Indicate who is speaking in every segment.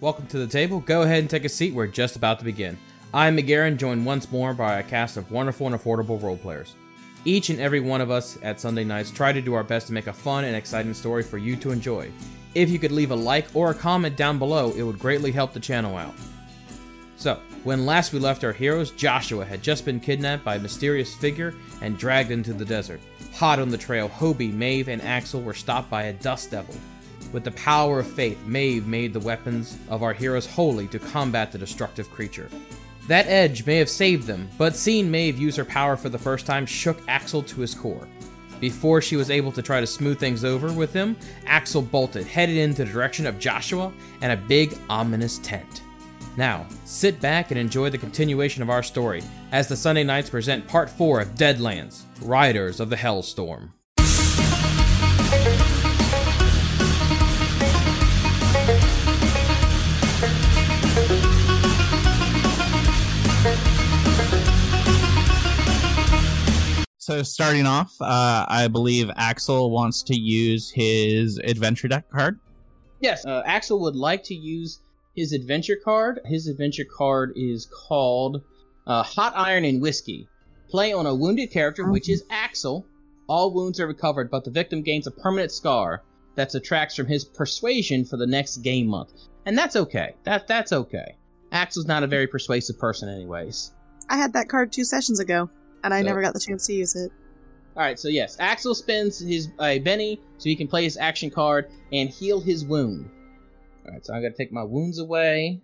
Speaker 1: Welcome to the table. Go ahead and take a seat. We're just about to begin. I'm McGarren, joined once more by a cast of wonderful and affordable role players. Each and every one of us at Sunday nights try to do our best to make a fun and exciting story for you to enjoy. If you could leave a like or a comment down below, it would greatly help the channel out. So, when last we left our heroes, Joshua had just been kidnapped by a mysterious figure and dragged into the desert. Hot on the trail, Hobie, Maeve, and Axel were stopped by a dust devil. With the power of faith, Maeve made the weapons of our heroes holy to combat the destructive creature. That edge may have saved them, but seeing Maeve use her power for the first time shook Axel to his core. Before she was able to try to smooth things over with him, Axel bolted, headed in the direction of Joshua and a big, ominous tent. Now, sit back and enjoy the continuation of our story as the Sunday Nights present Part 4 of Deadlands Riders of the Hellstorm.
Speaker 2: So starting off, uh, I believe Axel wants to use his adventure deck card.
Speaker 1: Yes, uh, Axel would like to use his adventure card. His adventure card is called uh, Hot Iron and Whiskey. Play on a wounded character, which is Axel. All wounds are recovered, but the victim gains a permanent scar that subtracts from his persuasion for the next game month. And that's okay. That that's okay. Axel's not a very persuasive person, anyways.
Speaker 3: I had that card two sessions ago, and I
Speaker 1: So-
Speaker 3: never got the chance to use it.
Speaker 1: All right, so yes, Axel spends his uh, Benny so he can play his action card and heal his wound. All right, so I'm gonna take my wounds away,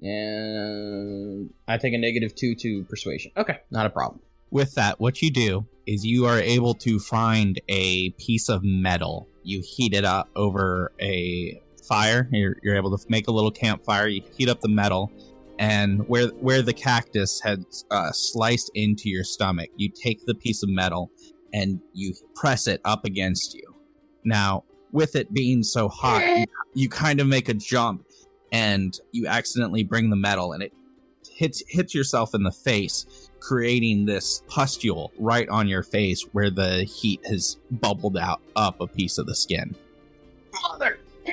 Speaker 1: and I take a negative two to persuasion. Okay, not a problem.
Speaker 2: With that, what you do is you are able to find a piece of metal. You heat it up over a fire. You're, you're able to make a little campfire. You heat up the metal, and where where the cactus had uh, sliced into your stomach, you take the piece of metal and you press it up against you. Now, with it being so hot, you, you kind of make a jump, and you accidentally bring the metal, and it hits hits yourself in the face creating this pustule right on your face where the heat has bubbled out up a piece of the skin.
Speaker 1: Mother,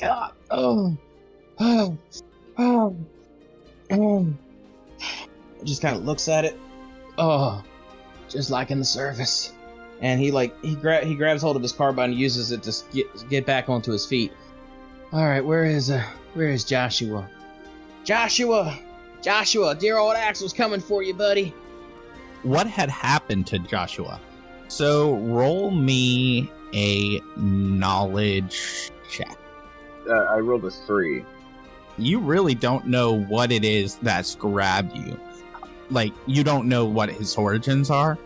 Speaker 1: God, oh, oh, oh, oh. Just kind of looks at it. Oh, just like in the service. And he like he gra- he grabs hold of his carbine and uses it to s- get get back onto his feet. All right, where is uh where is Joshua? Joshua, Joshua, dear old Axel's coming for you, buddy.
Speaker 2: What had happened to Joshua? So roll me a knowledge check.
Speaker 4: uh, I rolled a three.
Speaker 2: You really don't know what it is that's grabbed you. Like you don't know what his origins are.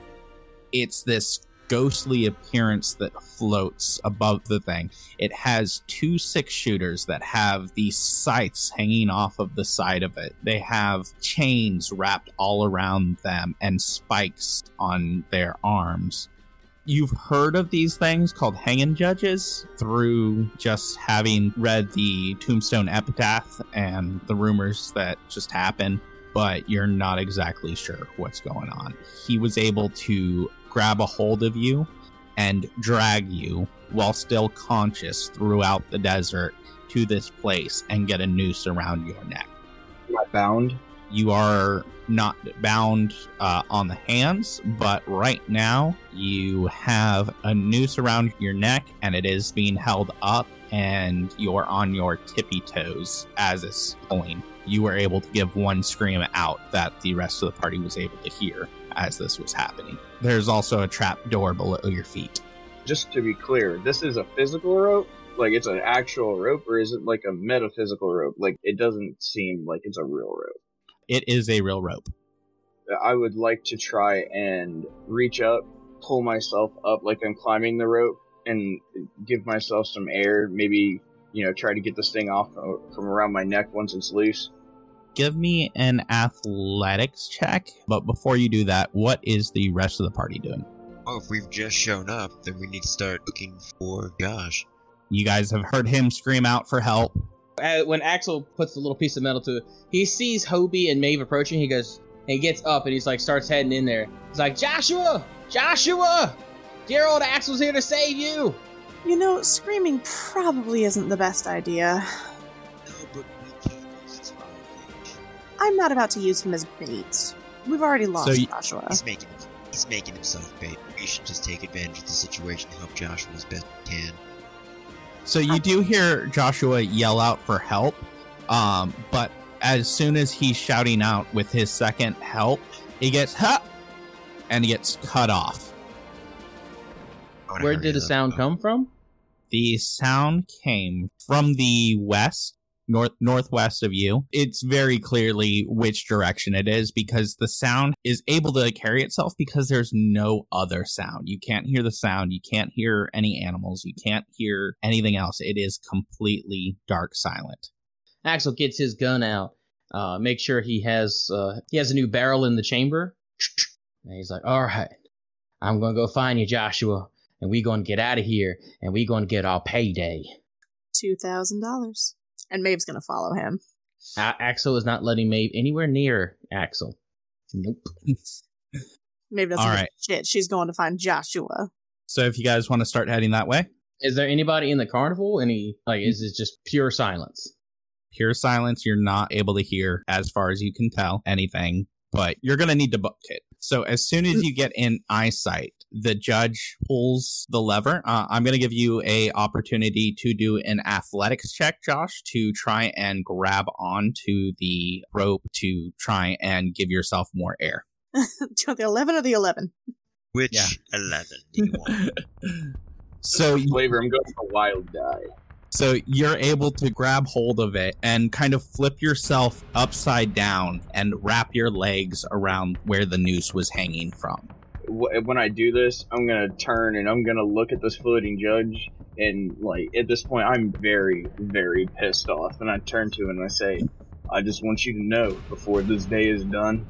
Speaker 2: It's this ghostly appearance that floats above the thing. It has two six shooters that have these scythes hanging off of the side of it. They have chains wrapped all around them and spikes on their arms. You've heard of these things called hanging judges through just having read the tombstone epitaph and the rumors that just happen, but you're not exactly sure what's going on. He was able to grab a hold of you and drag you while still conscious throughout the desert to this place and get a noose around your neck.
Speaker 4: Am I bound?
Speaker 2: You are not bound uh, on the hands, but right now you have a noose around your neck and it is being held up, and you're on your tippy toes as it's pulling. You were able to give one scream out that the rest of the party was able to hear as this was happening. There's also a trap door below your feet.
Speaker 4: Just to be clear, this is a physical rope. Like it's an actual rope, or is it like a metaphysical rope? Like it doesn't seem like it's a real rope.
Speaker 2: It is a real rope.
Speaker 4: I would like to try and reach up, pull myself up like I'm climbing the rope, and give myself some air. Maybe you know try to get this thing off uh, from around my neck once it's loose.
Speaker 2: Give me an athletics check. But before you do that, what is the rest of the party doing?
Speaker 5: Oh, if we've just shown up, then we need to start looking for Josh.
Speaker 2: You guys have heard him scream out for help.
Speaker 1: uh, when Axel puts the little piece of metal to it, he sees Hobie and Maeve approaching. He goes and he gets up and he's like starts heading in there. He's like, Joshua, Joshua, dear old Axel's here to save you.
Speaker 3: You know, screaming probably isn't the best idea.
Speaker 5: No, but we can't lose to Rampage.
Speaker 3: I'm not about to use him as bait. We've already lost
Speaker 2: y-
Speaker 3: Joshua.
Speaker 5: He's making he's making himself bait. We should just take advantage of the situation and help Joshua as best we can.
Speaker 2: So you do hear Joshua yell out for help, um, but as soon as he's shouting out with his second help, he gets ha, and he gets cut off.
Speaker 5: I wanna
Speaker 1: Where
Speaker 5: hurry
Speaker 1: did the
Speaker 5: up,
Speaker 1: sound
Speaker 5: though.
Speaker 1: come from?
Speaker 2: The sound came from the west, north northwest of you. It's very clearly which direction it is because the sound is able to carry itself because there's no other sound. You can't hear the sound, you can't hear any animals, you can't hear anything else. It is completely dark silent.
Speaker 1: Axel gets his gun out. Uh, make sure he has uh, he has a new barrel in the chamber. And he's like, "All right, I'm gonna go find you, Joshua, and we gonna get out of here, and we gonna get our payday."
Speaker 3: $2,000. And Maeve's going to follow him.
Speaker 1: A- Axel is not letting Maeve anywhere near Axel. Nope.
Speaker 3: Maeve doesn't
Speaker 2: All
Speaker 3: give a
Speaker 2: right.
Speaker 3: shit. She's going to find Joshua.
Speaker 2: So if you guys want to start heading that way,
Speaker 1: Is there anybody in the carnival? Any like? Is it just pure silence?
Speaker 2: pure silence, you're not able to hear as far as you can tell anything, but you're going to need to book it. So as soon as you get in eyesight, the judge pulls the lever. Uh, I'm going to give you a opportunity to do an athletics check, Josh, to try and grab onto the rope to try and give yourself more air.
Speaker 3: to the 11 or the 11?
Speaker 5: Which
Speaker 2: Yeah.
Speaker 5: eleven do you want?
Speaker 2: so you
Speaker 4: Flavor, I'm going for wild die.
Speaker 2: So you're able to grab hold of it and kind of flip yourself upside down and wrap your legs around where the noose was hanging from.
Speaker 4: Wh- When I do this, I'm gonna turn and I'm gonna look at this floating judge, and like at this point, I'm very, very pissed off. And I turn to him and I say, "I just want you to know, before this day is done,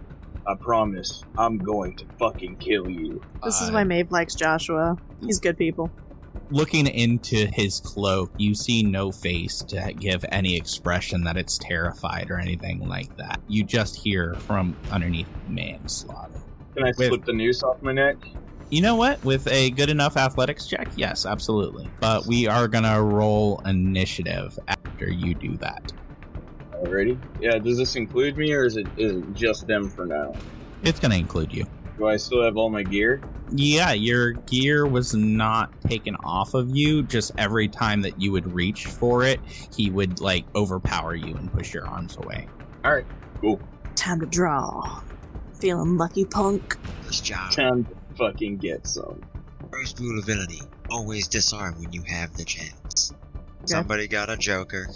Speaker 4: I promise I'm going to fucking kill you."
Speaker 3: This is
Speaker 2: Uh,
Speaker 3: why Maeve likes Joshua. He's good people.
Speaker 2: Looking into his cloak, you see no face to give any expression that it's terrified or anything like that. You just hear from underneath manslaughter.
Speaker 4: Can I
Speaker 2: Wait.
Speaker 4: slip the noose off my neck?
Speaker 2: You know what? With a good enough athletics check, yes, absolutely. But we are gonna roll initiative after you do that.
Speaker 4: Already? Yeah. Does this include me, or is it is it just them for now?
Speaker 2: It's gonna include you.
Speaker 4: Do I still have all my gear?
Speaker 2: Yeah, your gear was not taken off of you. Just every time that you would reach for it, he would like overpower you and push your arms away.
Speaker 4: Cool.
Speaker 3: Time to draw. Feeling lucky, punk.
Speaker 5: First job.
Speaker 4: Time to fucking get some.
Speaker 5: First rule of villainy: always disarm when you have the chance. Somebody got a joker.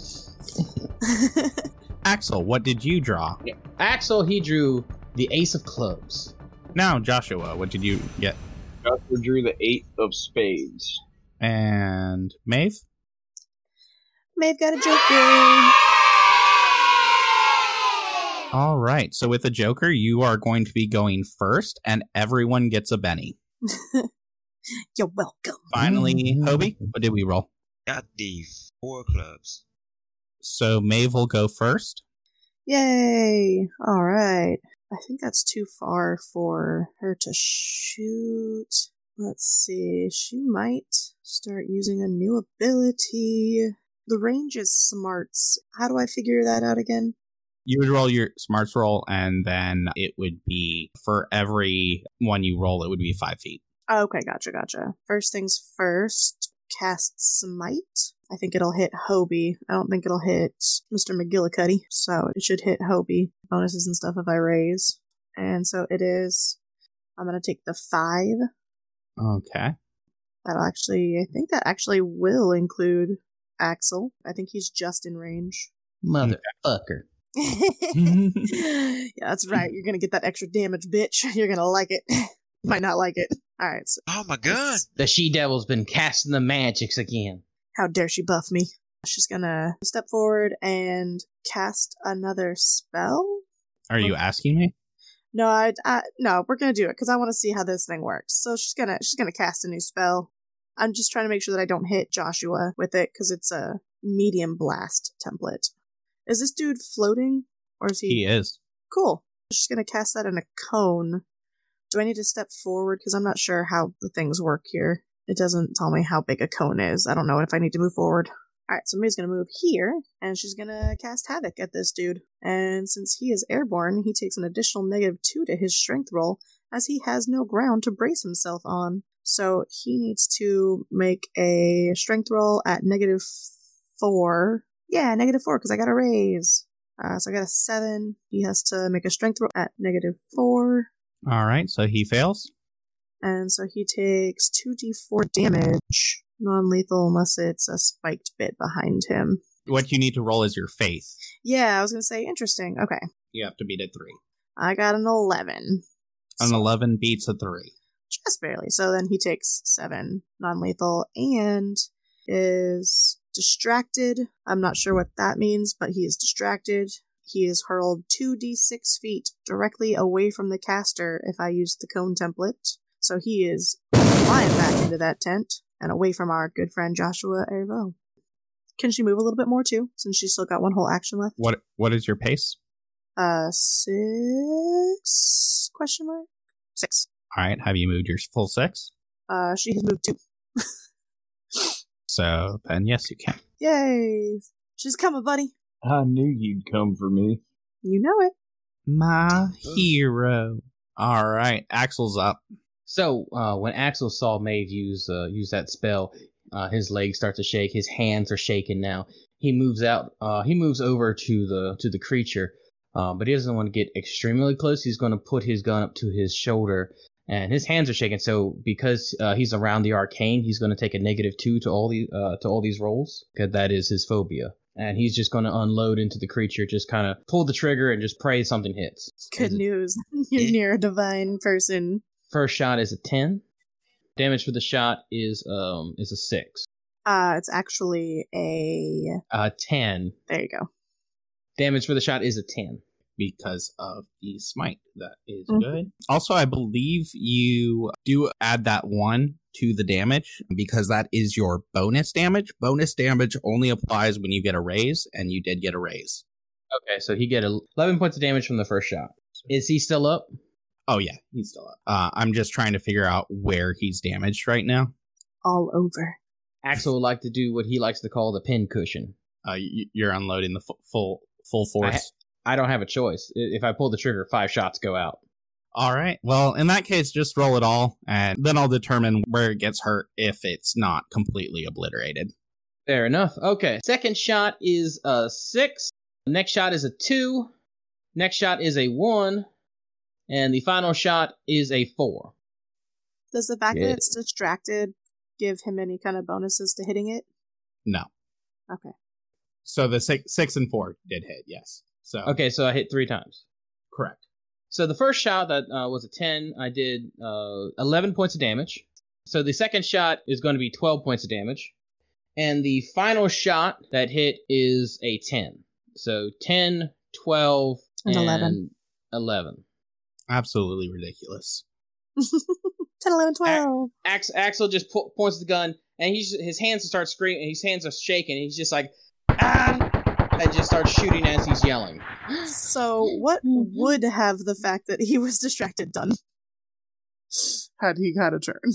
Speaker 2: Axel, what did you draw?
Speaker 1: Axel he drew the ace of clubs.
Speaker 2: Now, Joshua, what did you get?
Speaker 4: Joshua drew the eight of spades.
Speaker 2: And Maeve?
Speaker 3: Maeve got a joke game.
Speaker 2: All right. So with a Joker, you are going to be going first, and everyone gets a Benny.
Speaker 3: You're welcome.
Speaker 2: Finally, Hobie, what did we roll?
Speaker 5: Got the four clubs.
Speaker 2: So Maeve will go first.
Speaker 3: Yay. All right. I think that's too far for her to shoot. Let's see. She might start using a new ability. The range is smarts. How do I figure that out again?
Speaker 2: you would roll your smarts roll and then it would be for every one you roll it would be five feet
Speaker 3: Okay, gotcha, gotcha. First things first, cast Smite. I think it'll hit Hobie. I don't think it'll hit Mr. McGillicuddy, so it should hit Hobie. Bonuses and stuff if I raise. And so it is. I'm gonna take the five.
Speaker 2: okay
Speaker 3: That'll actually, I think that actually will include Axel. I think he's just in range.
Speaker 1: Motherfucker.
Speaker 3: yeah, that's right. You're gonna get that extra damage, bitch. You're gonna like it. Might not like it. All right. So
Speaker 5: Oh my god!
Speaker 1: The she devil's been casting the magics again.
Speaker 3: how dare she buff me? She's gonna step forward and cast another spell.
Speaker 2: are you asking me
Speaker 3: No, I, I no, we're gonna do it because I want to see how this thing works. So she's gonna she's gonna cast a new spell. I'm just trying to make sure that I don't hit Joshua with it because it's a medium blast template. Is this dude floating or is he?
Speaker 2: he is
Speaker 3: Cool. She's gonna cast that in a cone. Do I need to step forward because I'm not sure how the things work here? It doesn't tell me how big a cone is. I don't know if I need to move forward. All right, somebody's gonna move here, and she's gonna cast havoc at this dude. And since he is airborne, he takes an additional negative two to his strength roll, as he has no ground to brace himself on. So he needs to make a strength roll at negative four. Yeah, negative four, because I got a raise. Uh, so I got a seven. He has to make a strength roll at negative four.
Speaker 2: All right, so he fails.
Speaker 3: And so he takes 2d4 damage, non lethal, unless it's a spiked bit behind him.
Speaker 2: What you need to roll is your faith.
Speaker 3: Yeah, I was going to say, interesting. Okay.
Speaker 2: You have to beat a three.
Speaker 3: I got an 11.
Speaker 2: An eleven beats a three.
Speaker 3: Just barely. So then he takes seven non lethal and is distracted. I'm not sure what that means, but he is distracted. He is hurled 2d6 feet directly away from the caster if I use the cone template. So he is flying back into that tent and away from our good friend Joshua Ervo. Can she move a little bit more too, since she's still got one whole action left?
Speaker 2: What What is your pace?
Speaker 3: Uh, six? Question mark? Six.
Speaker 2: All right, have you moved your full six?
Speaker 3: Uh, she has moved two.
Speaker 2: So then, yes, you can.
Speaker 3: Yay! She's coming, buddy.
Speaker 4: I knew you'd come for me.
Speaker 3: You know it.
Speaker 2: My hero. All right, Axel's up.
Speaker 1: So uh, when Axel saw Maeve use uh, use that spell, uh, his legs start to shake. His hands are shaking now. He moves out. Uh, he moves over to the to the creature, uh, but he doesn't want to get extremely close. He's going to put his gun up to his shoulder, and his hands are shaking. So because uh, he's around the arcane, he's going to take a negative two to all the uh, to all these rolls because that is his phobia. And he's just going to unload into the creature, just kind of pull the trigger and just pray something hits.
Speaker 3: Good
Speaker 1: Is it-
Speaker 3: news. You're near a divine person.
Speaker 1: First shot is a ten. Damage for the shot is um is a six.
Speaker 3: Uh, it's actually a.
Speaker 1: Uh, ten.
Speaker 3: There you go.
Speaker 1: Damage for the shot is a ten.
Speaker 2: because of the smite. That is
Speaker 3: Mhm.
Speaker 2: good. Also, I believe you do add that one to the damage because that is your bonus damage. Bonus damage only applies when you get a raise, and you did get a raise.
Speaker 1: Okay, so he get el- eleven points of damage from the first shot. Is he still up?
Speaker 2: Oh yeah, he's still up. Uh, I'm just trying to figure out where he's damaged right now.
Speaker 3: All over.
Speaker 1: Axel would like to do what he likes to call the pin cushion.
Speaker 2: Uh, y- you're unloading the fu- full full
Speaker 1: I-
Speaker 2: force.
Speaker 1: I don't have a choice. I- If I pull the trigger, five shots go out.
Speaker 2: all right. Well, in that case, just roll it all, and then I'll determine where it gets hurt if it's not completely obliterated.
Speaker 1: Fair enough. Okay. Second shot is a six. Next shot is a two. Next shot is a one. And the final shot is a four.
Speaker 3: Does the fact
Speaker 1: Yeah.
Speaker 3: that it's distracted give him any kind of bonuses to hitting it?
Speaker 2: No.
Speaker 3: Okay.
Speaker 2: So the six, six and four did hit, yes. So
Speaker 1: Okay, so I hit three times.
Speaker 2: correct.
Speaker 1: So the first shot that uh, was a 10, I did uh, 11 points of damage. So the second shot is going to be 12 points of damage. And the final shot that hit is a 10. So 10, 12,
Speaker 3: And 11.
Speaker 1: 11.
Speaker 2: Absolutely ridiculous.
Speaker 3: 10, 11, 12.
Speaker 1: Ax- Axel just po- points the gun, and he's his hands start screaming. His hands are shaking. And he's just like, ah, and just starts shooting as he's yelling.
Speaker 3: So, what would have the fact that he was distracted done? Had he had a turn.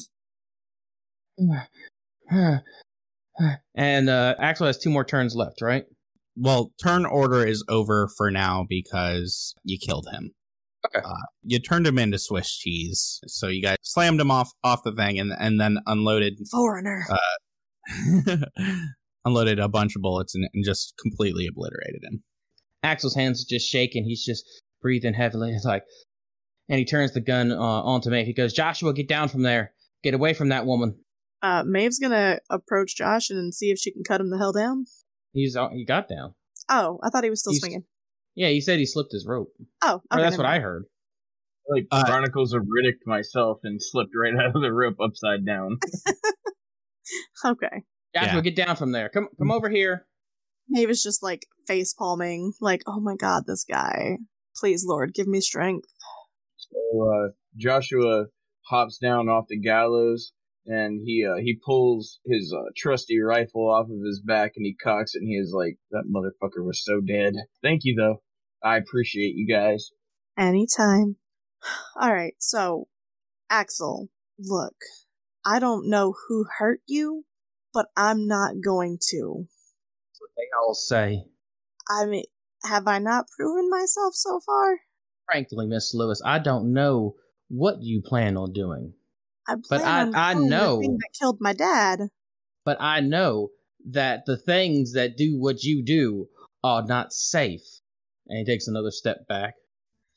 Speaker 1: and uh, Axel has two more turns left, right?
Speaker 2: Well, turn order is over for now because you killed him.
Speaker 1: Okay.
Speaker 2: Uh, you turned him into Swiss cheese, so you guys slammed him off off the thing, and and then unloaded
Speaker 3: Foreigner.
Speaker 2: Uh, unloaded a bunch of bullets and, and just completely obliterated him.
Speaker 1: Axel's hands are just shaking. He's just breathing heavily. It's like, and he turns the gun uh, onto Maeve. He goes, "Joshua, get down from there. Get away from that woman."
Speaker 3: Uh, Maeve's gonna approach Josh and see if she can cut him the hell down.
Speaker 1: He's uh, he got down.
Speaker 3: Oh, I thought he was still
Speaker 1: He's-
Speaker 3: swinging.
Speaker 1: Yeah, he said he slipped his rope. or
Speaker 3: Oh, okay,
Speaker 1: that's
Speaker 3: never
Speaker 1: what I
Speaker 3: mind.
Speaker 1: heard.
Speaker 4: Like
Speaker 2: Uh,
Speaker 4: Chronicles of Riddick myself and slipped right out of the rope upside down.
Speaker 3: Okay.
Speaker 1: Joshua,
Speaker 2: Yeah.
Speaker 1: get down from there. Come come over here.
Speaker 3: Maeve is just like face palming, like, oh my god, this guy. Please, Lord, give me strength.
Speaker 4: So uh, Joshua hops down off the gallows and he uh, he pulls his uh, trusty rifle off of his back and he cocks it and he is like, "That motherfucker was so dead." Thank you though. I appreciate you guys.
Speaker 3: Anytime. All right, so, Axel, look, I don't know who hurt you, but I'm not going to.
Speaker 1: That's what they all say.
Speaker 3: I mean, have I not proven myself so far?
Speaker 1: Frankly, Miss Lewis, I don't know what you plan on doing,
Speaker 3: I
Speaker 1: But I-
Speaker 3: plan on
Speaker 1: I
Speaker 3: killing the
Speaker 1: know.
Speaker 3: thing that killed my dad.
Speaker 1: but I know that the things that do what you do are not safe. And he takes another step back.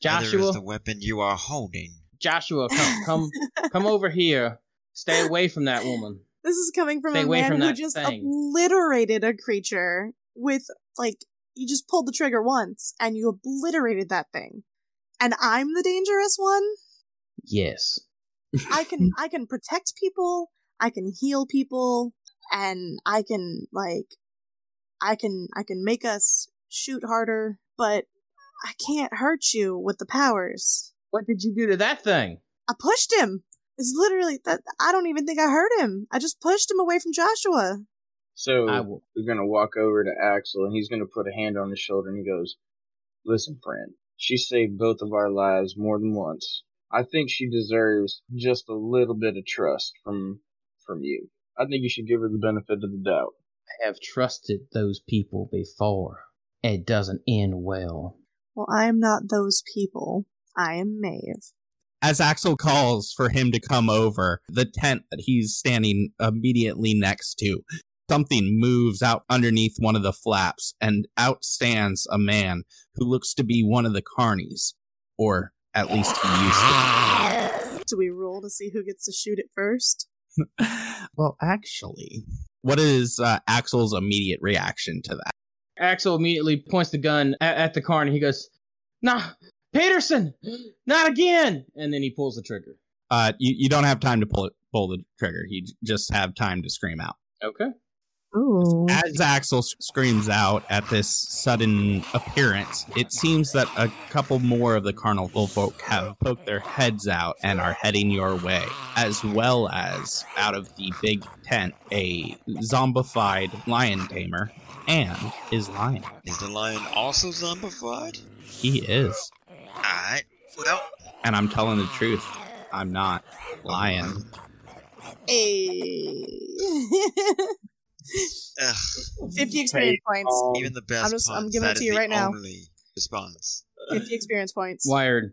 Speaker 5: Neither
Speaker 1: Joshua,
Speaker 5: is the weapon you are holding.
Speaker 1: Joshua, come, come, come over here. Stay away from that woman.
Speaker 3: This is coming from
Speaker 1: Stay
Speaker 3: a
Speaker 1: away
Speaker 3: man
Speaker 1: from
Speaker 3: who
Speaker 1: that
Speaker 3: just
Speaker 1: thing.
Speaker 3: obliterated a creature with like you just pulled the trigger once and you obliterated that thing. And I'm the dangerous one.
Speaker 1: Yes.
Speaker 3: I can I can protect people, I can heal people, and I can like I can I can make us shoot harder, but I can't hurt you with the powers.
Speaker 1: What did you do to that thing?
Speaker 3: I pushed him. It's literally that I don't even think I hurt him. I just pushed him away from Joshua.
Speaker 4: So
Speaker 1: I will.
Speaker 4: we're gonna walk over to Axel and he's gonna put a hand on his shoulder and he goes, Listen, friend, she saved both of our lives more than once. I think she deserves just a little bit of trust from from you. I think you should give her the benefit of the doubt.
Speaker 1: I have trusted those people before. It doesn't end well.
Speaker 3: Well, I am not those people. I am Maeve.
Speaker 2: As Axel calls for him to come over, the tent that he's standing immediately next to, something moves out underneath one of the flaps, and out stands a man who looks to be one of the carnies, or at least he used to.
Speaker 3: Do we roll to see who gets to shoot it first?
Speaker 2: well, actually, what is uh, Axel's immediate reaction to that?
Speaker 1: Axel immediately points the gun at, at the car and he goes, Nah, Peterson, not again. And then he pulls the trigger.
Speaker 2: Uh, you, you don't have time to pull it, pull the trigger. You j- just have time to scream out.
Speaker 1: Okay.
Speaker 3: Ooh.
Speaker 2: As Axel s- screams out at this sudden appearance, it seems that a couple more of the carnival folk have poked their heads out and are heading your way, as well as out of the big tent a zombified lion tamer and his lion.
Speaker 5: Is the lion also zombified?
Speaker 2: He is,
Speaker 5: Alright. Well,
Speaker 2: and I'm telling the truth. I'm not lying.
Speaker 3: Hey.
Speaker 5: ugh,
Speaker 3: 50 experience points.
Speaker 4: Um,
Speaker 5: even the best
Speaker 3: just- I'm
Speaker 5: puns,
Speaker 3: giving it
Speaker 5: that
Speaker 3: to
Speaker 5: is
Speaker 3: you
Speaker 5: the
Speaker 3: right now.
Speaker 5: only response.
Speaker 3: 50 experience points.
Speaker 1: Wired.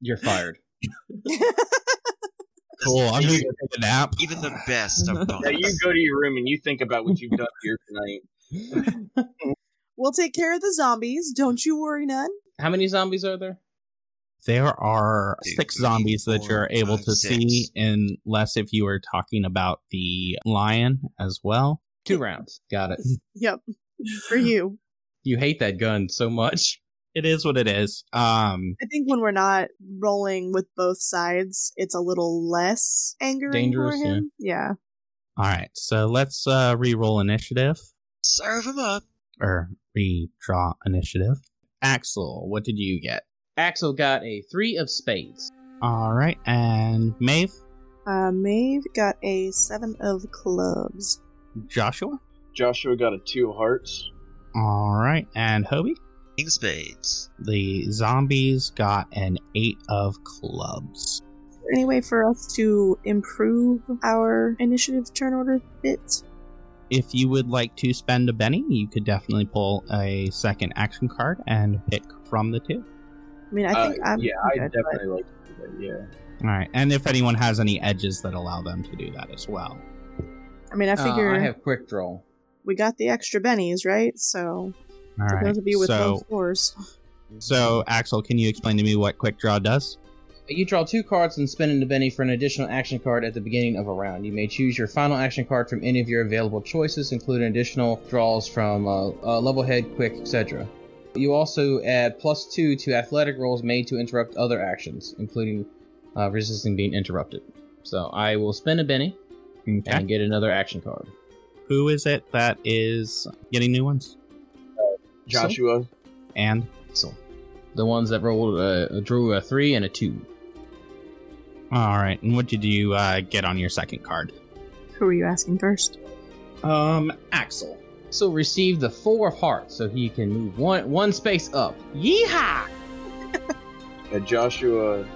Speaker 1: You're fired.
Speaker 2: Cool. I'm gonna go take a nap.
Speaker 5: Even the best of puns.
Speaker 4: now you go to your room and you think about what you've done here tonight.
Speaker 3: We'll take care of the zombies. Don't you worry none.
Speaker 1: How many zombies are there?
Speaker 2: There are
Speaker 5: Two,
Speaker 2: six
Speaker 5: three,
Speaker 2: zombies that
Speaker 5: four,
Speaker 2: you're able
Speaker 5: five,
Speaker 2: to
Speaker 5: six.
Speaker 2: see, unless if you are talking about the lion as well.
Speaker 1: Two rounds. Got it.
Speaker 3: Yep. For you.
Speaker 1: You hate that gun so much.
Speaker 2: It is what it is. Um,
Speaker 3: I think when we're not rolling with both sides, it's a little less angering
Speaker 1: Dangerous,
Speaker 3: for him. Yeah.
Speaker 2: all right, so let's uh, re-roll initiative
Speaker 5: Serve him up.
Speaker 2: or redraw initiative. Axel, what did you get?
Speaker 1: Axel got a three of spades.
Speaker 2: All right, and Maeve,
Speaker 3: Uh, Maeve got a seven of clubs.
Speaker 2: Joshua.
Speaker 4: Joshua got a two of hearts.
Speaker 2: All right, and Hobie.
Speaker 5: King of Spades.
Speaker 2: The zombies got an eight of clubs.
Speaker 3: Is there any way for us to improve our initiative turn order bit?
Speaker 2: if you would like to spend a penny, you could definitely pull a second action card and pick from the two.
Speaker 3: I mean, I think
Speaker 4: Uh,
Speaker 3: I'm
Speaker 4: yeah, I
Speaker 3: good, but-
Speaker 4: definitely like to do that, yeah.
Speaker 2: All right. And if anyone has any edges that allow them to do that as well.
Speaker 3: I mean, I
Speaker 1: Uh,
Speaker 3: figure
Speaker 1: I have quick draw.
Speaker 3: we got the extra bennies, right?
Speaker 2: All
Speaker 3: So so
Speaker 2: right.
Speaker 3: those would be with
Speaker 2: So,
Speaker 3: both fours.
Speaker 2: so Axel, can you explain to me what quick draw does?
Speaker 1: You draw two cards and spin into Benny for an additional action card at the beginning of a round. You may choose your final action card from any of your available choices, including additional draws from uh, uh, level head, quick, etc. You also add plus two to athletic rolls made to interrupt other actions, including uh, resisting being interrupted. So I will spin a Benny
Speaker 2: Okay.
Speaker 1: and get another action card.
Speaker 2: Who is it that is getting new ones?
Speaker 4: Joshua,
Speaker 2: And
Speaker 1: So the ones that rolled uh, drew a three and a two.
Speaker 2: all right. And what did you uh, get on your second card?
Speaker 3: Who were you asking first?
Speaker 2: Um, Axel.
Speaker 1: So receive the four of hearts, so he can move one one space up. Yeehaw!
Speaker 4: uh, Joshua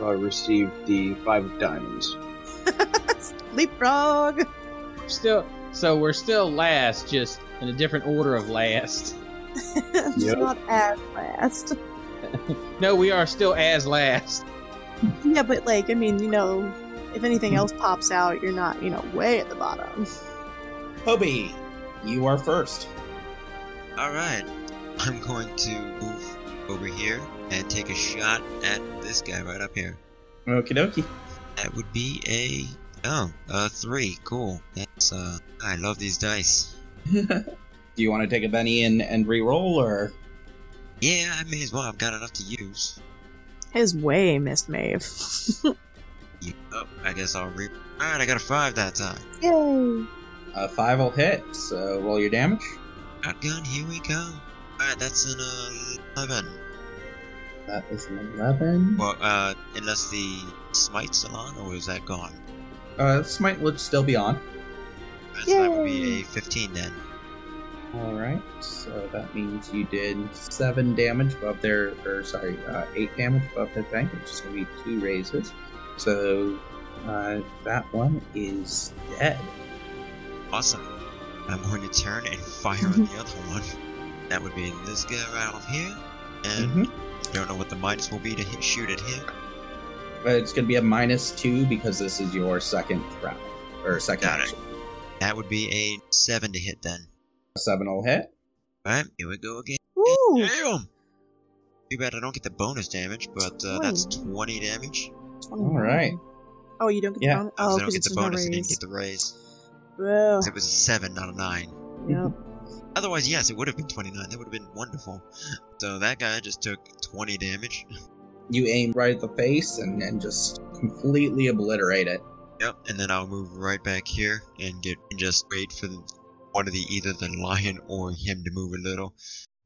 Speaker 4: uh, received the five of diamonds.
Speaker 3: Leapfrog!
Speaker 6: Still, so we're still last, just in a different order of last.
Speaker 3: Just
Speaker 4: Yep.
Speaker 3: not as fast.
Speaker 6: No, we are still as last.
Speaker 3: Yeah, but like, I mean, you know, if
Speaker 5: Hmm.
Speaker 3: anything else pops out, you're not, you know, way at the bottom.
Speaker 2: Hobie, you are first.
Speaker 5: All right, I'm going to move over here and take a shot at this guy right up here.
Speaker 2: Okie dokie.
Speaker 5: That would be a oh, a three. Cool. That's uh, I love these dice.
Speaker 2: Do you want to take a Benny and, and re-roll, or
Speaker 5: Yeah, I may as well. I've got enough to use.
Speaker 3: His way, Miss Maeve.
Speaker 5: Yeah, oh, I guess I'll re. All right, I got a five that time.
Speaker 3: Yay!
Speaker 2: a five will hit? So roll your damage.
Speaker 5: Shotgun, here we go. All right, that's an uh, eleven.
Speaker 2: That is an eleven.
Speaker 5: Well, uh, unless the smite's still on, or is that gone?
Speaker 2: Uh, smite would still be on.
Speaker 5: All right, so that would
Speaker 3: Yay.
Speaker 5: be a fifteen then.
Speaker 2: All right, so that means you did seven damage above their, or sorry, uh, eight damage above their thing, which is going to be two raises. So uh, that one is dead.
Speaker 5: Awesome. I'm going to turn and fire on the other one. That would be this guy right off here. And
Speaker 2: Mm-hmm.
Speaker 5: don't know what the minus will be to hit, shoot at him.
Speaker 2: Uh, it's going to be a minus two because this is your second round or second
Speaker 5: Got it.
Speaker 2: action.
Speaker 5: That would be a seven to hit then.
Speaker 2: Seven will hit.
Speaker 5: All right, here we go again.
Speaker 3: Woo!
Speaker 5: Damn! Too bad I don't get the bonus damage, but uh, that's 20 damage.
Speaker 2: All right.
Speaker 3: Oh, you don't get
Speaker 2: Yeah.
Speaker 3: the bonus?
Speaker 5: Because
Speaker 3: Oh,
Speaker 5: I don't
Speaker 3: because
Speaker 5: get
Speaker 3: it's
Speaker 5: the
Speaker 3: not
Speaker 5: bonus, I didn't
Speaker 3: raised.
Speaker 5: get the raise.
Speaker 3: Boo.
Speaker 5: 'Cause it was a seven, not a nine.
Speaker 3: Yep.
Speaker 5: Otherwise, yes, it would have been 29. That would have been wonderful. So that guy just took 20 damage.
Speaker 2: You aim right at the face and, and just completely obliterate it.
Speaker 5: Yep, and then I'll move right back here and get and just wait for the, one of the either the lion or him to move a little,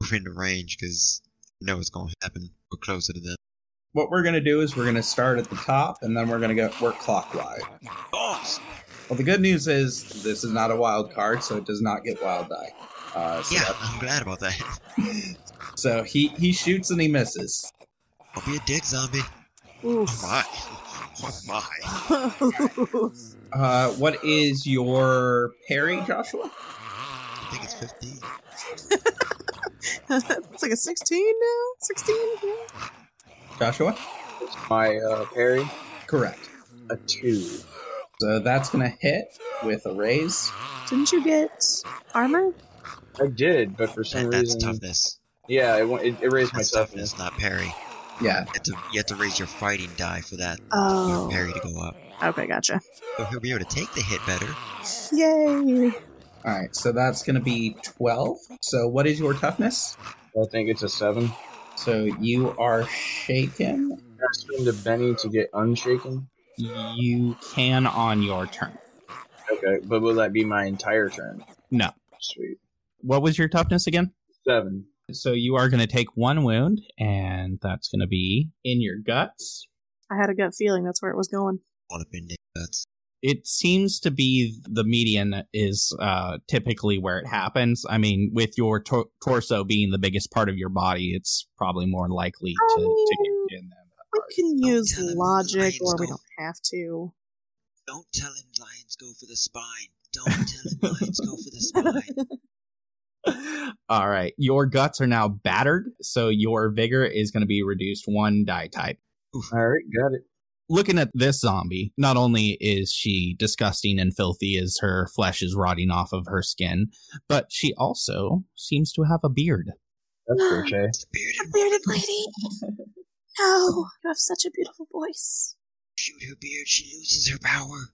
Speaker 5: move into range because I know it's gonna happen. We're closer to them.
Speaker 2: What we're going to do is we're going to start at the top and then we're going to go work clockwise.
Speaker 5: Bombs!
Speaker 2: Well, the good news is this is not a wild card, so it does not get wild die. Uh, so,
Speaker 5: Yeah, I'm glad about that.
Speaker 2: so he he shoots and he misses.
Speaker 5: I'll be a dick zombie.
Speaker 3: Oof.
Speaker 5: My, oh my.
Speaker 2: Uh, what is your parry, Joshua?
Speaker 5: I think it's 15.
Speaker 3: it's like a 16 now? 16? Yeah.
Speaker 2: Joshua,
Speaker 4: My uh, parry,
Speaker 2: correct.
Speaker 4: a two.
Speaker 2: So that's gonna hit with a raise.
Speaker 3: Didn't you get armor?
Speaker 4: I did, but for some
Speaker 5: That, that's
Speaker 4: reason,
Speaker 5: toughness.
Speaker 4: yeah, it, wa- it, it raised my
Speaker 5: That's
Speaker 4: toughness.
Speaker 5: toughness, not parry.
Speaker 2: Yeah,
Speaker 5: You have, to, you have to raise your fighting die for that
Speaker 3: Oh.
Speaker 5: for parry to go up.
Speaker 3: Okay, gotcha.
Speaker 5: So he'll be able to take the hit better.
Speaker 3: Yay!
Speaker 2: All right, so that's going to be 12. So, what is your toughness?
Speaker 4: I think it's a seven.
Speaker 2: So, you are shaken.
Speaker 4: Can I swing to Benny to get unshaken?
Speaker 2: You can on your turn.
Speaker 4: Okay, but will that be my entire turn?
Speaker 2: No.
Speaker 4: Sweet.
Speaker 2: What was your toughness again?
Speaker 4: Seven.
Speaker 2: So, you are going to take one wound, and that's going to be in your guts.
Speaker 3: I had a gut feeling that's where it was going.
Speaker 5: All up in there. That's
Speaker 2: It seems to be the median is uh, typically where it happens. I mean, with your tor- torso being the biggest part of your body, it's probably more likely to, to get in there.
Speaker 3: We can use
Speaker 5: tell him.
Speaker 3: logic,
Speaker 5: Brains
Speaker 3: or we
Speaker 5: go.
Speaker 3: don't have to.
Speaker 5: Don't tell him lions go for the spine. Don't tell him lions go for the spine.
Speaker 2: All right. Your guts are now battered, so your vigor is going to be reduced one die type.
Speaker 4: All right, got it.
Speaker 2: Looking at this zombie, not only is she disgusting and filthy as her flesh is rotting off of her skin, but she also seems to have a beard.
Speaker 4: That's okay.
Speaker 5: It's the bearded one.
Speaker 3: Bearded lady! No! You have such a beautiful voice.
Speaker 5: Shoot her beard, she loses her power.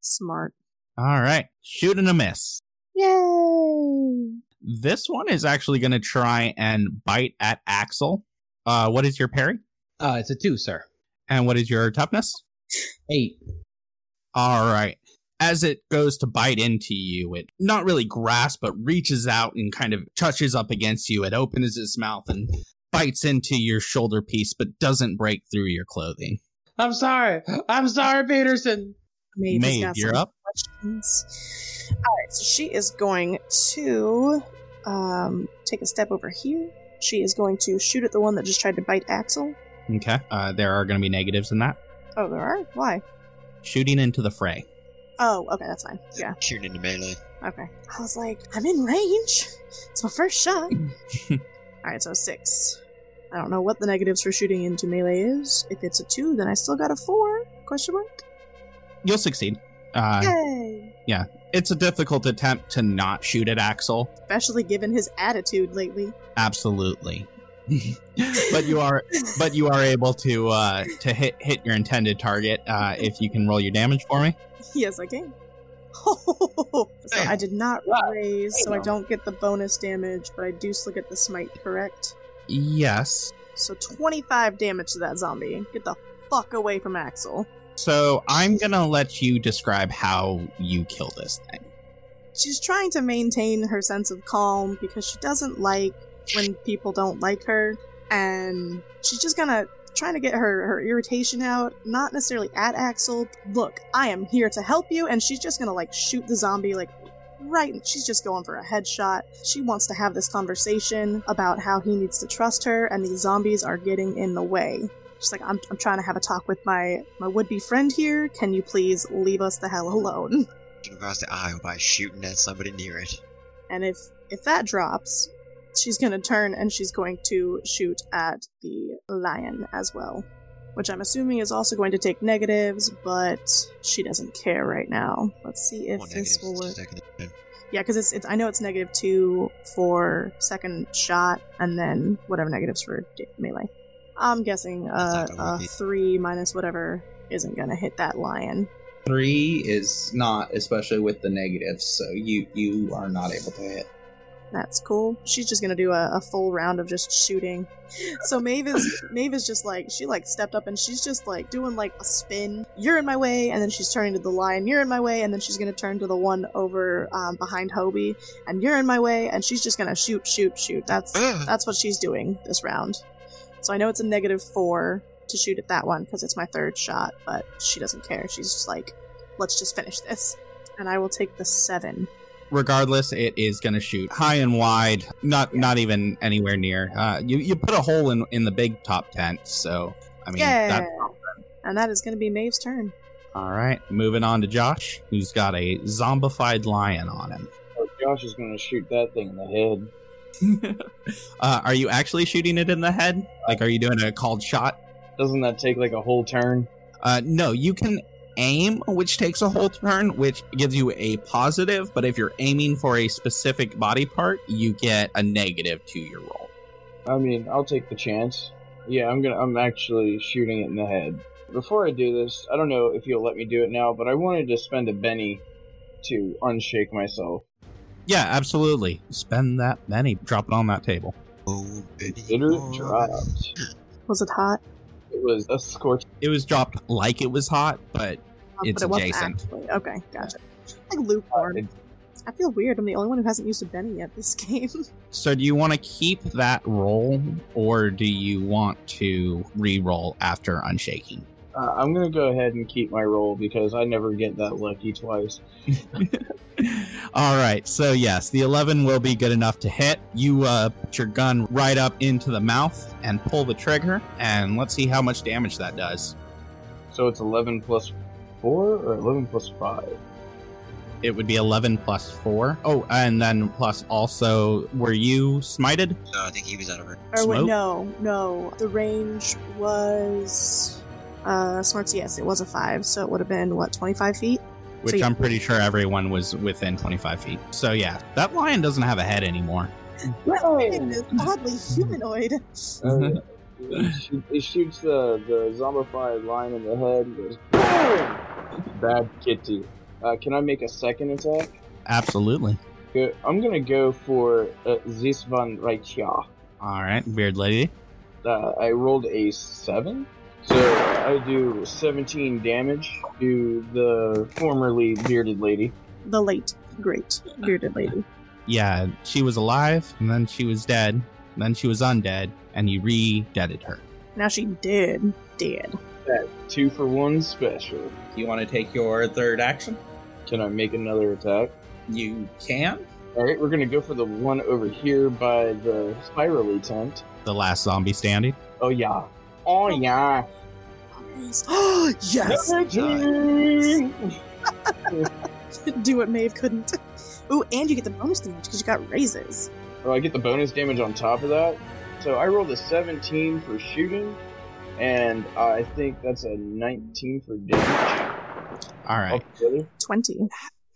Speaker 3: Smart.
Speaker 2: All right. Shoot and a miss.
Speaker 3: Yay!
Speaker 2: This one is actually going to try and bite at Axel. Uh, what is your parry?
Speaker 6: Uh, it's a two, sir.
Speaker 2: And what is your toughness?
Speaker 6: Eight.
Speaker 2: All right. As it goes to bite into you, it not really grasps, but reaches out and kind of touches up against you. It opens its mouth and bites into your shoulder piece, but doesn't break through your clothing.
Speaker 6: I'm sorry. I'm sorry, Peterson.
Speaker 3: Maeve, has
Speaker 2: Maeve,
Speaker 3: got
Speaker 2: you're
Speaker 3: some
Speaker 2: up.
Speaker 3: questions. All right, so she is going to um, take a step over here. She is going to shoot at the one that just tried to bite Axel.
Speaker 2: Okay. Uh, there are going to be negatives in that.
Speaker 3: Oh, there are. Why?
Speaker 2: Shooting into the fray.
Speaker 3: Oh, okay, that's fine. Yeah,
Speaker 5: Shooting into melee.
Speaker 3: okay. I was like, I'm in range. It's my first shot. All right, so six. I don't know what the negatives for shooting into melee is. If it's a two, then I still got a four? Question mark.
Speaker 2: You'll succeed. Uh,
Speaker 3: Yay!
Speaker 2: It's a difficult attempt to not shoot at Axel.
Speaker 3: Especially given his attitude lately.
Speaker 2: Absolutely. but you are but you are able to uh, to hit hit your intended target uh, if you can roll your damage for me.
Speaker 3: Yes, I can. so I did not
Speaker 4: Wow.
Speaker 3: raise, so I
Speaker 4: Damn.
Speaker 3: don't get the bonus damage, but I do still get the smite, correct?
Speaker 2: Yes.
Speaker 3: So 25 damage to that zombie. Get the fuck away from Axel.
Speaker 2: So I'm gonna let you describe how you kill this thing.
Speaker 3: She's trying to maintain her sense of calm because she doesn't like when people don't like her, and she's just gonna trying to get her her irritation out, not necessarily at Axel. Look, I am here to help you, and she's just gonna like shoot the zombie like right. She's just going for a headshot. She wants to have this conversation about how he needs to trust her, and these zombies are getting in the way. She's like, I'm, I'm trying to have a talk with my my would be friend here. Can you please leave us the hell alone?
Speaker 5: Should across the aisle by shooting at somebody near it.
Speaker 3: and if if that drops she's going to turn and she's going to shoot at the lion as well which i'm assuming is also going to take negatives but she doesn't care right now let's see if
Speaker 5: One
Speaker 3: this
Speaker 5: negative,
Speaker 3: will work
Speaker 5: just taking it in.
Speaker 3: yeah because it's, it's i know it's negative two for second shot and then whatever negatives for d- melee i'm guessing
Speaker 5: That's
Speaker 3: uh,
Speaker 5: not gonna
Speaker 3: uh
Speaker 5: work.
Speaker 3: three minus whatever isn't going to hit that lion
Speaker 7: Three is not, especially with the negatives, so you you are not able to hit.
Speaker 3: That's cool. She's just gonna do a, a full round of just shooting. So Maeve is Maeve is just like she like stepped up and she's just like doing like a spin. You're in my way, and then she's turning to the lion. You're in my way, and then she's gonna turn to the one over um, behind Hobie, and you're in my way, and she's just gonna shoot, shoot, shoot. That's
Speaker 5: Ah!
Speaker 3: that's what she's doing this round. So I know it's a negative four to shoot at that one because it's my third shot, but she doesn't care. She's just like, let's just finish this, and I will take the seven.
Speaker 2: Regardless, it is gonna shoot high and wide, not not even anywhere near. Uh, you you put a hole in in the big top tent, so I mean
Speaker 3: yeah,
Speaker 2: that,
Speaker 3: and that is gonna be Maeve's turn.
Speaker 2: all right. Moving on to Josh, who's got a zombified lion on him.
Speaker 4: Oh, Josh is going to shoot that thing in the head.
Speaker 2: uh, are you actually shooting it in the head? Like, are you doing a called shot?
Speaker 4: Doesn't that take like a whole turn?
Speaker 2: Uh, no, you can aim, which takes a whole turn, which gives you a positive. But if you're aiming for a specific body part, you get a negative to your roll.
Speaker 4: I mean, I'll take the chance. Yeah, I'm gonna. I'm actually shooting it in the head. Before I do this, I don't know if you'll let me do it now, but I wanted to spend a penny to unshake myself.
Speaker 2: Yeah, absolutely. Spend that many. Drop it on that table.
Speaker 5: Oh, baby.
Speaker 4: Bitter
Speaker 5: oh.
Speaker 4: dropped.
Speaker 3: Was it hot?
Speaker 4: It was a scorch.
Speaker 2: It was dropped like it was hot, but
Speaker 3: Uh,
Speaker 2: It's
Speaker 3: but it wasn't
Speaker 2: adjacent. Uh,
Speaker 3: actually. Okay, gotcha. Like lukewarm.
Speaker 4: It-
Speaker 3: I feel weird. I'm the only one who hasn't used a Benny yet this game.
Speaker 2: so do you want to keep that roll or do you want to re-roll after unshaking?
Speaker 4: Uh, I'm gonna go ahead and keep my roll because I never get that lucky twice.
Speaker 2: All right, so yes, the 11 will be good enough to hit. You uh, put your gun right up into the mouth and pull the trigger, and let's see how much damage that does.
Speaker 4: So it's 11 plus four or 11 plus five.
Speaker 2: It would be 11 plus 4. Oh, and then plus also, were you smited?
Speaker 5: No, I think he was out of range.
Speaker 3: or wait,
Speaker 2: Smoke?
Speaker 3: no, no. The range was uh smarts. Yes, it was a five, so it would have been what 25 feet.
Speaker 2: Which
Speaker 3: So you-
Speaker 2: I'm pretty sure everyone was within 25 feet. So yeah, that lion doesn't have a head anymore.
Speaker 3: It is oddly humanoid.
Speaker 4: Uh, it shoot- it shoots the the zombified lion in the head. and goes, "Boom!" Bad kitty. Uh, can I make a second attack?
Speaker 2: Absolutely.
Speaker 4: Go, I'm gonna go for uh, this one right here.
Speaker 2: All right, Beard Lady.
Speaker 4: Uh, I rolled a seven, so I do 17 damage to the formerly bearded lady.
Speaker 3: the late great bearded lady.
Speaker 2: Yeah, she was alive, and then she was dead, and then she was undead, and you re-deaded her.
Speaker 3: Now she did, did.
Speaker 4: Two for one special.
Speaker 7: Do you want to take your third action?
Speaker 4: Can I make another attack?
Speaker 7: You can.
Speaker 4: All right, we're gonna go for the one over here by the spirally tent.
Speaker 2: The last zombie standing.
Speaker 4: Oh yeah. Oh yeah.
Speaker 3: yes.
Speaker 5: Nice.
Speaker 3: Do what Maeve couldn't. Ooh, and you get the bonus damage because you got raises.
Speaker 4: Well, Oh, I get the bonus damage on top of that. So I rolled a 17 for shooting, and I think that's a 19 for damage.
Speaker 2: All right.
Speaker 4: altogether.
Speaker 3: 20.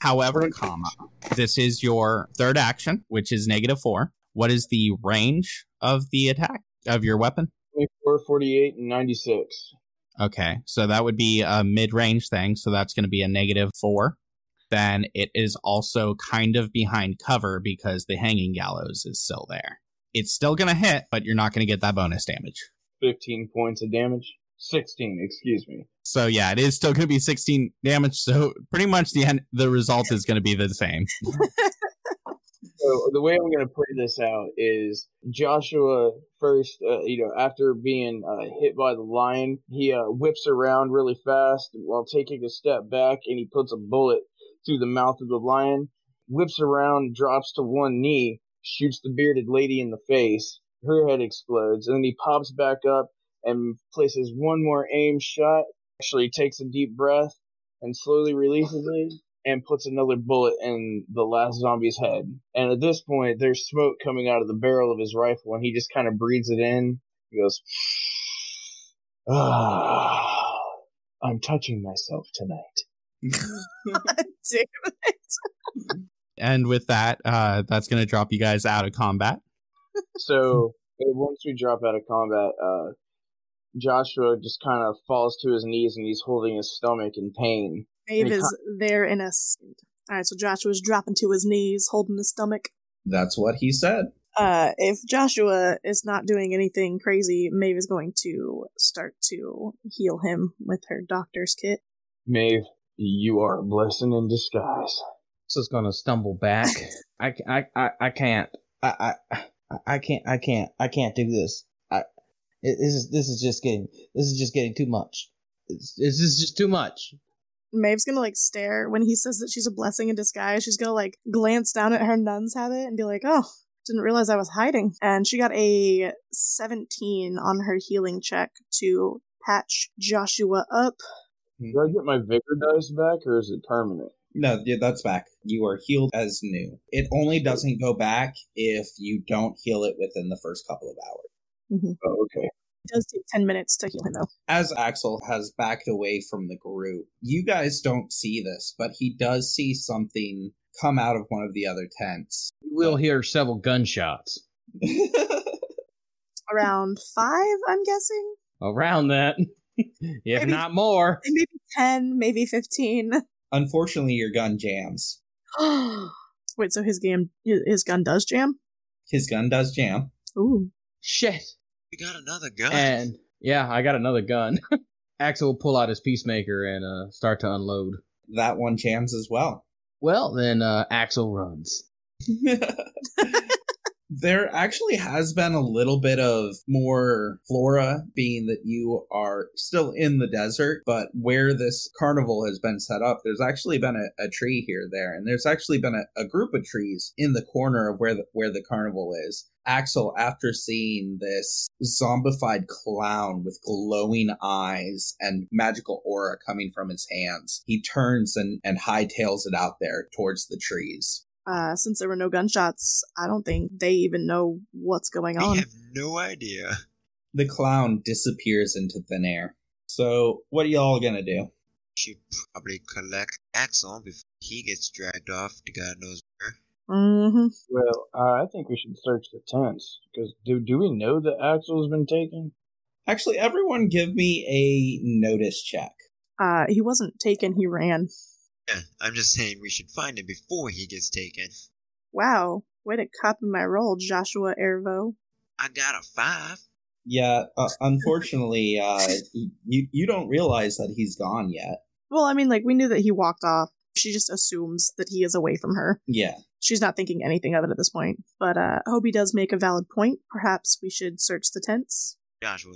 Speaker 2: However, comma, this is your third action, which is negative four. What is the range of the attack of your weapon?
Speaker 4: 24, 48, and 96.
Speaker 2: Okay, so that would be a mid range thing. So that's going to be a negative four. Then it is also kind of behind cover because the hanging gallows is still there. It's still going to hit, but you're not going to get that bonus damage.
Speaker 4: 15 points of damage. 16, excuse me.
Speaker 2: So yeah, it is still going to be 16 damage. So pretty much the end, the result is going to be the same.
Speaker 4: So the way I'm going to play this out is Joshua first, uh, you know, after being uh, hit by the lion, he uh, whips around really fast while taking a step back, and he puts a bullet through the mouth of the lion. Whips around, drops to one knee, shoots the bearded lady in the face. Her head explodes, and then he pops back up and places one more aim shot. Actually, takes a deep breath and slowly releases it and puts another bullet in the last zombie's head. And at this point, there's smoke coming out of the barrel of his rifle, and he just kind of breathes it in. He goes, ah, I'm touching myself tonight.
Speaker 3: Damn it.
Speaker 2: and with that, uh, that's going to drop you guys out of combat.
Speaker 4: So uh, once we drop out of combat, uh, Joshua just kind of falls to his knees and he's holding his stomach in pain.
Speaker 3: Maeve
Speaker 4: Any
Speaker 3: is there in a. All right, so Joshua's dropping to his knees, holding his stomach.
Speaker 7: That's what he said.
Speaker 3: Uh, if Joshua is not doing anything crazy, Maeve is going to start to heal him with her doctor's kit.
Speaker 4: Maeve, you are a blessing in disguise.
Speaker 6: This is gonna stumble back. I, I, I, I can't. I, I, I can't. I can't. I can't do this. I, it, this is this is just getting this is just getting too much. It's, this is just too much.
Speaker 3: Maeve's gonna like stare when he says that she's a blessing in disguise. She's gonna like glance down at her nun's habit and be like, "Oh, didn't realize I was hiding." And she got a 17 on her healing check to patch Joshua up.
Speaker 4: Did I get my vigor dice back or is it permanent?
Speaker 7: No, yeah, that's back. You are healed as new. It only doesn't go back if you don't heal it within the first couple of hours.
Speaker 4: Oh, okay.
Speaker 3: It does take 10 minutes to heal him though.
Speaker 7: As Axel has backed away from the group, you guys don't see this, but he does see something come out of one of the other tents.
Speaker 6: We'll hear several gunshots
Speaker 3: Around five, I'm guessing.
Speaker 6: around that, if
Speaker 3: Maybe-
Speaker 6: not more.
Speaker 3: Maybe 10, maybe 15.
Speaker 7: Unfortunately, your gun jams.
Speaker 3: Wait, so his game, his gun does jam?
Speaker 7: His gun does jam.
Speaker 3: Ooh.
Speaker 6: Shit.
Speaker 5: We got another gun.
Speaker 6: And yeah, I got another gun. Axel will pull out his peacemaker and uh, start to unload.
Speaker 7: That one jams as well.
Speaker 6: Well, then uh, Axel runs.
Speaker 7: there actually has been a little bit of more flora, being that you are still in the desert, but where this carnival has been set up, there's actually been a, a tree here, there, and there's actually been a, a group of trees in the corner of where the, where the carnival is. Axel, after seeing this zombified clown with glowing eyes and magical aura coming from his hands, he turns and, and hightails it out there towards the trees.
Speaker 3: Uh, since there were no gunshots, I don't think they even know what's going
Speaker 5: we
Speaker 3: on.
Speaker 5: have no idea.
Speaker 7: the clown disappears into thin air. So, what are y'all gonna do?
Speaker 5: Should probably collect Axel before he gets dragged off to God knows where.
Speaker 3: hmm
Speaker 4: Well, uh, I think we should search the tents because do do we know that Axel's been taken?
Speaker 7: Actually, everyone give me a notice check.
Speaker 3: Uh, he wasn't taken, he ran.
Speaker 5: Yeah, I'm just saying we should find him before he gets taken.
Speaker 3: Wow, way to copy my role, Joshua Ervo.
Speaker 5: I got a five.
Speaker 7: Yeah, uh, unfortunately, uh, you you don't realize that he's gone yet.
Speaker 3: Well, I mean, like, we knew that he walked off. She just assumes that he is away from her.
Speaker 7: Yeah,
Speaker 3: She's not thinking anything of it at this point. But uh, Hobie does make a valid point. Perhaps we should search the tents.
Speaker 5: Joshua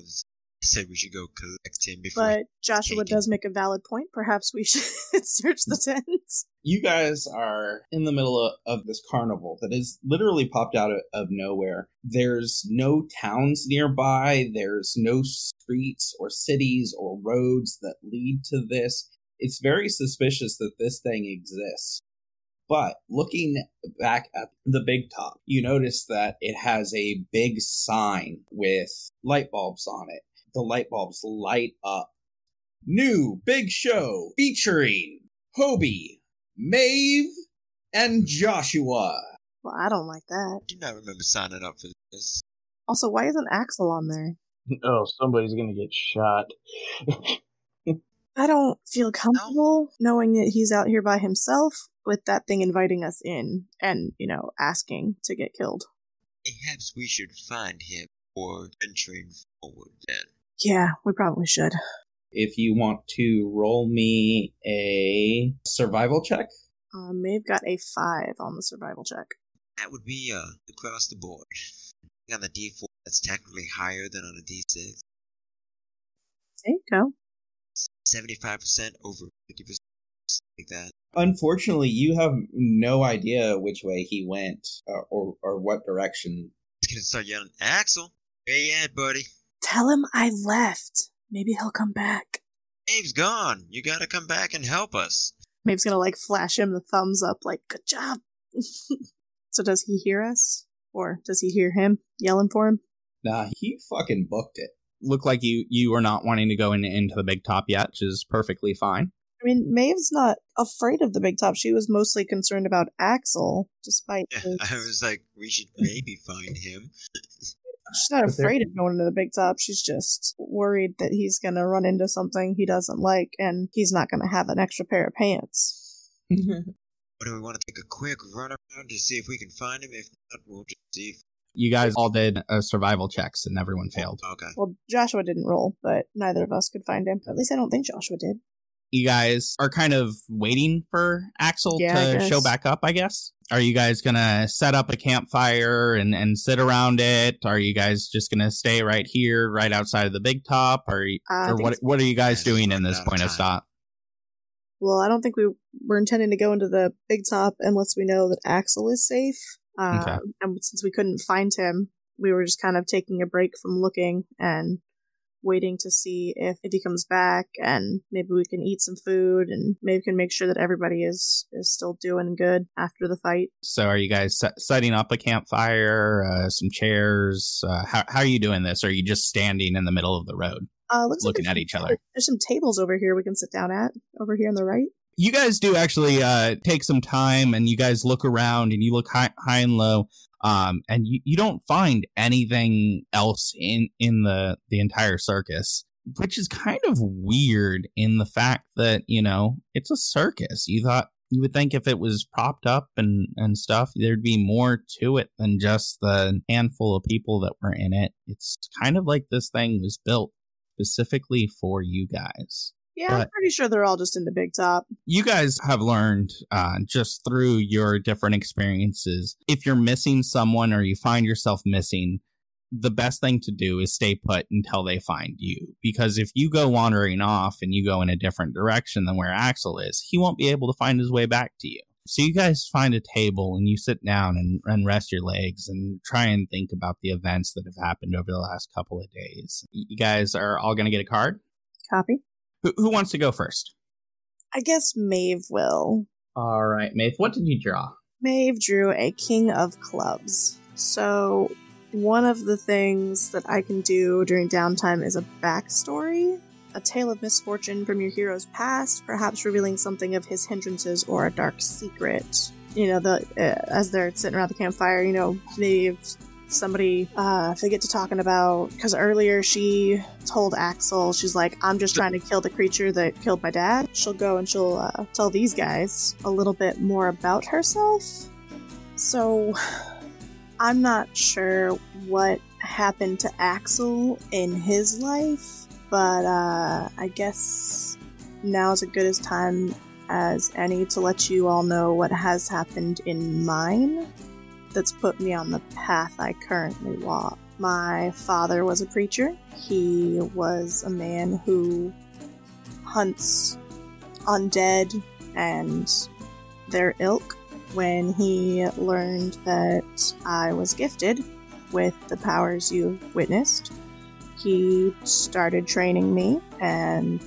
Speaker 5: said we should go collect him before.
Speaker 3: But Joshua does make a valid point. Perhaps we should search the tents.
Speaker 7: you guys are in the middle of, of this carnival that has literally popped out of, of nowhere. There's no towns nearby, there's no streets or cities or roads that lead to this. It's very suspicious that this thing exists. But looking back at the big top, you notice that it has a big sign with light bulbs on it. The light bulbs light up. New big show featuring Hobie, Maeve, and Joshua.
Speaker 3: Well, I don't like that.
Speaker 5: do not remember signing up for this.
Speaker 3: Also, why isn't Axel on there?
Speaker 4: Oh, somebody's gonna get shot.
Speaker 3: I don't feel comfortable knowing that he's out here by himself with that thing inviting us in and, you know, asking to get killed.
Speaker 5: Perhaps we should find him or venturing forward then.
Speaker 3: Yeah, we probably should.
Speaker 7: If you want to roll me a survival check,
Speaker 3: Uh, Maeve got a five on the survival check.
Speaker 5: That would be uh across the board. On the D4, that's technically higher than on a D6.
Speaker 3: There you go.
Speaker 5: 75% over 50%, like that.
Speaker 7: unfortunately, you have no idea which way he went uh, or or what direction.
Speaker 5: He's gonna start yelling, Axel, where you at, buddy?
Speaker 3: Tell him I left. Maybe he'll come back.
Speaker 5: Dave's gone. You gotta come back and help us.
Speaker 3: Maeve's gonna like flash him the thumbs up, like "Good job." so does he hear us, or does he hear him yelling for him?
Speaker 7: Nah, he fucking booked it.
Speaker 2: Look like you you are not wanting to go in, into the big top yet, which is perfectly fine.
Speaker 3: I mean, Maeve's not afraid of the big top. She was mostly concerned about Axel, despite
Speaker 5: Yeah,
Speaker 3: his-
Speaker 5: I was like, we should maybe find him.
Speaker 3: she's not
Speaker 7: But there-
Speaker 3: afraid of going to the big top. She's just worried that he's gonna run into something he doesn't like, and he's not gonna have an extra pair of pants.
Speaker 5: Or do we want to take a quick run around to see if we can find him? If not, we'll just see.
Speaker 2: You guys all did uh, survival checks and everyone
Speaker 5: If...
Speaker 2: failed.
Speaker 5: Okay.
Speaker 3: Well, Joshua didn't roll, but neither of us could find him. At least I don't think Joshua did.
Speaker 2: You guys are kind of waiting for Axel
Speaker 3: Yeah, I
Speaker 2: to
Speaker 3: guess.
Speaker 2: show back up, I guess. Are you guys gonna set up a campfire and and sit around it? Are you guys just gonna stay right here, right outside of the big top? Are you,
Speaker 3: I
Speaker 2: or
Speaker 3: think
Speaker 2: what?
Speaker 3: so.
Speaker 2: What are you guys
Speaker 5: Yeah,
Speaker 2: doing in
Speaker 5: we're
Speaker 2: this
Speaker 5: out of
Speaker 2: point of
Speaker 5: time.
Speaker 2: stop?
Speaker 3: Well, I don't think we were intending to go into the big top unless we know that Axel is safe. Um,
Speaker 2: Okay.
Speaker 3: And since we couldn't find him, we were just kind of taking a break from looking and waiting to see if, if he comes back and maybe we can eat some food and maybe can make sure that everybody is, is still doing good after the fight.
Speaker 2: So, are you guys set, setting up a campfire, uh, some chairs? Uh, how how are you doing this? Are you just standing in the middle of the road?
Speaker 3: Uh, looks
Speaker 2: Looking
Speaker 3: like
Speaker 2: at
Speaker 3: there's-
Speaker 2: each other.
Speaker 3: There's some tables over here we can sit down at over here on the right.
Speaker 2: you guys do actually uh, take some time and you guys look around and you look high, high and low um, and you, you don't find anything else in in the the entire circus which is kind of weird in the fact that you know it's a circus you thought you would think if it was propped up and and stuff there'd be more to it than just the handful of people that were in it it's kind of like this thing was built specifically for you guys
Speaker 3: Yeah, I'm
Speaker 2: Right.
Speaker 3: pretty sure they're all just in the big top.
Speaker 2: you guys have learned uh, just through your different experiences if you're missing someone or you find yourself missing the best thing to do is stay put until they find you because if you go wandering off and you go in a different direction than where axel is he won't be able to find his way back to you so you guys find a table and you sit down and, and rest your legs and try and think about the events that have happened over the last couple of days you guys are all going to get a card
Speaker 3: Copy.
Speaker 2: who, who wants to go first
Speaker 3: I guess Maeve will.
Speaker 2: all right maeve what did you draw
Speaker 3: Maeve drew a king of clubs. So, one of the things that I can do during downtime is a backstory, a tale of misfortune from your hero's past, perhaps revealing something of his hindrances or a dark secret. You know, the uh, as they're sitting around the campfire, you know, maybe if somebody uh, if they get to talking about because earlier she told Axel, she's like, I'm just trying to kill the creature that killed my dad. She'll go and she'll uh, tell these guys a little bit more about herself. So I'm not sure what happened to Axel in his life, but uh, I guess now's as good as time as any to let you all know what has happened in mine that's put me on the path I currently walk. My father was a preacher. He was a man who hunts undead and their ilk. When he learned that I was gifted with the powers you witnessed, he started training me and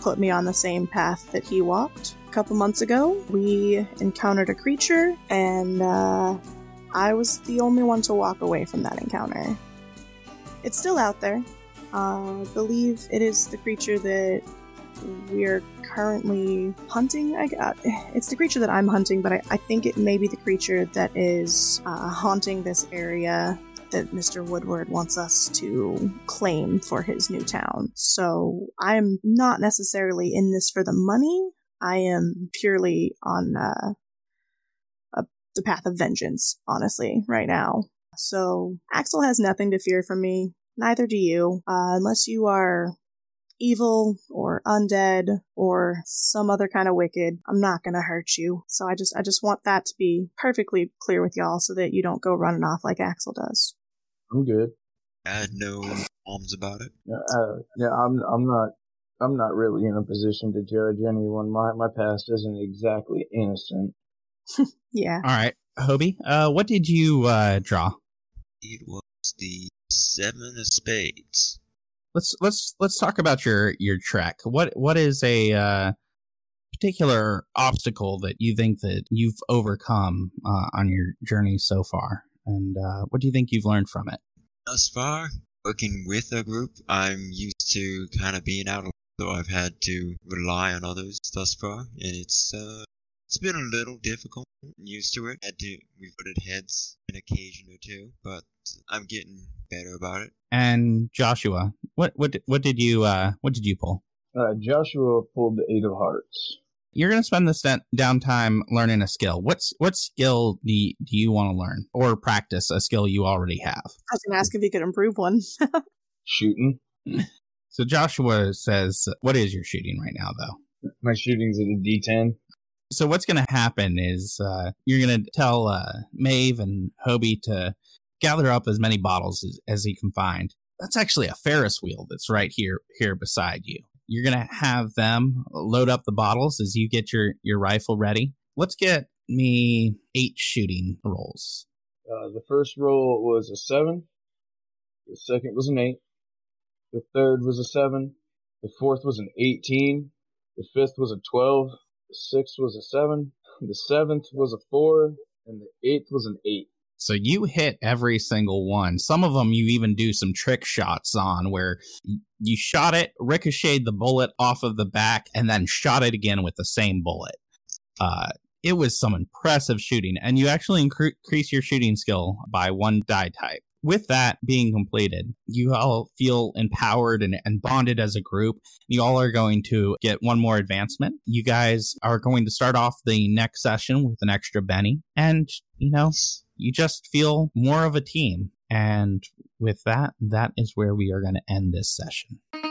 Speaker 3: put me on the same path that he walked. A couple months ago, we encountered a creature, and uh, I was the only one to walk away from that encounter. It's still out there. Uh, I believe it is the creature that we're currently hunting. I got it's the creature that I'm hunting, but I, I think it may be the creature that is uh, haunting this area that Mr. Woodward wants us to claim for his new town. So I'm not necessarily in this for the money. I am purely on uh, a, the path of vengeance, honestly, right now. So Axel has nothing to fear from me. Neither do you, uh, unless you are evil or undead or some other kind of wicked i'm not going to hurt you so i just i just want that to be perfectly clear with y'all so that you don't go running off like axel does
Speaker 8: I'm good.
Speaker 5: I had no qualms about it.
Speaker 8: Yeah, Uh, yeah, I'm. I'm not. I'm not really in a position to judge anyone. My my past isn't exactly innocent.
Speaker 3: yeah
Speaker 2: All right, Hobie, uh, what did you uh, draw?
Speaker 5: It was the seven of spades.
Speaker 2: Let's let's let's talk about your your trek. What what is a uh, particular obstacle that you think that you've overcome uh, on your journey so far, and uh, what do you think you've learned from it?
Speaker 5: Thus far, working with a group, I'm used to kind of being out, alone, so I've had to rely on others thus far, and it's uh, it's been a little difficult. I'm used to it. Had to we've butted heads an occasion or two, but I'm getting better about it.
Speaker 2: And Joshua, what what what did you uh, what did you pull?
Speaker 8: Uh, Joshua pulled the eight of hearts.
Speaker 2: You're gonna spend this da- downtime learning a skill. What's what skill do you, do you want to learn or practice a skill you already have?
Speaker 3: i was going to ask if you could improve one
Speaker 8: Shooting.
Speaker 2: So Joshua says, "What is your shooting right now, though?"
Speaker 8: My shooting's at a D10.
Speaker 2: So what's going to happen is uh, you're going to tell uh, Maeve and Hobie to gather up as many bottles as, as he can find. That's actually a Ferris wheel that's right here here beside you. You're going to have them load up the bottles as you get your your rifle ready. Let's get me eight shooting rolls.
Speaker 8: Uh, the first roll was a seven. The second was an eight. The third was a seven. The fourth was an eighteen. The fifth was a twelve. The sixth was a seven. The seventh was a four, and the eighth was an eight.
Speaker 2: So you hit every single one. Some of them you even do some trick shots on where y- you shot it, ricocheted the bullet off of the back, and then shot it again with the same bullet. Uh, it was some impressive shooting, and you actually incre- increase your shooting skill by one die type. With that being completed, you all feel empowered and, and bonded as a group. You all are going to get one more advancement. You guys are going to start off the next session with an extra Benny, and you know you just feel more of a team. And with that, that is where we are going to end this session.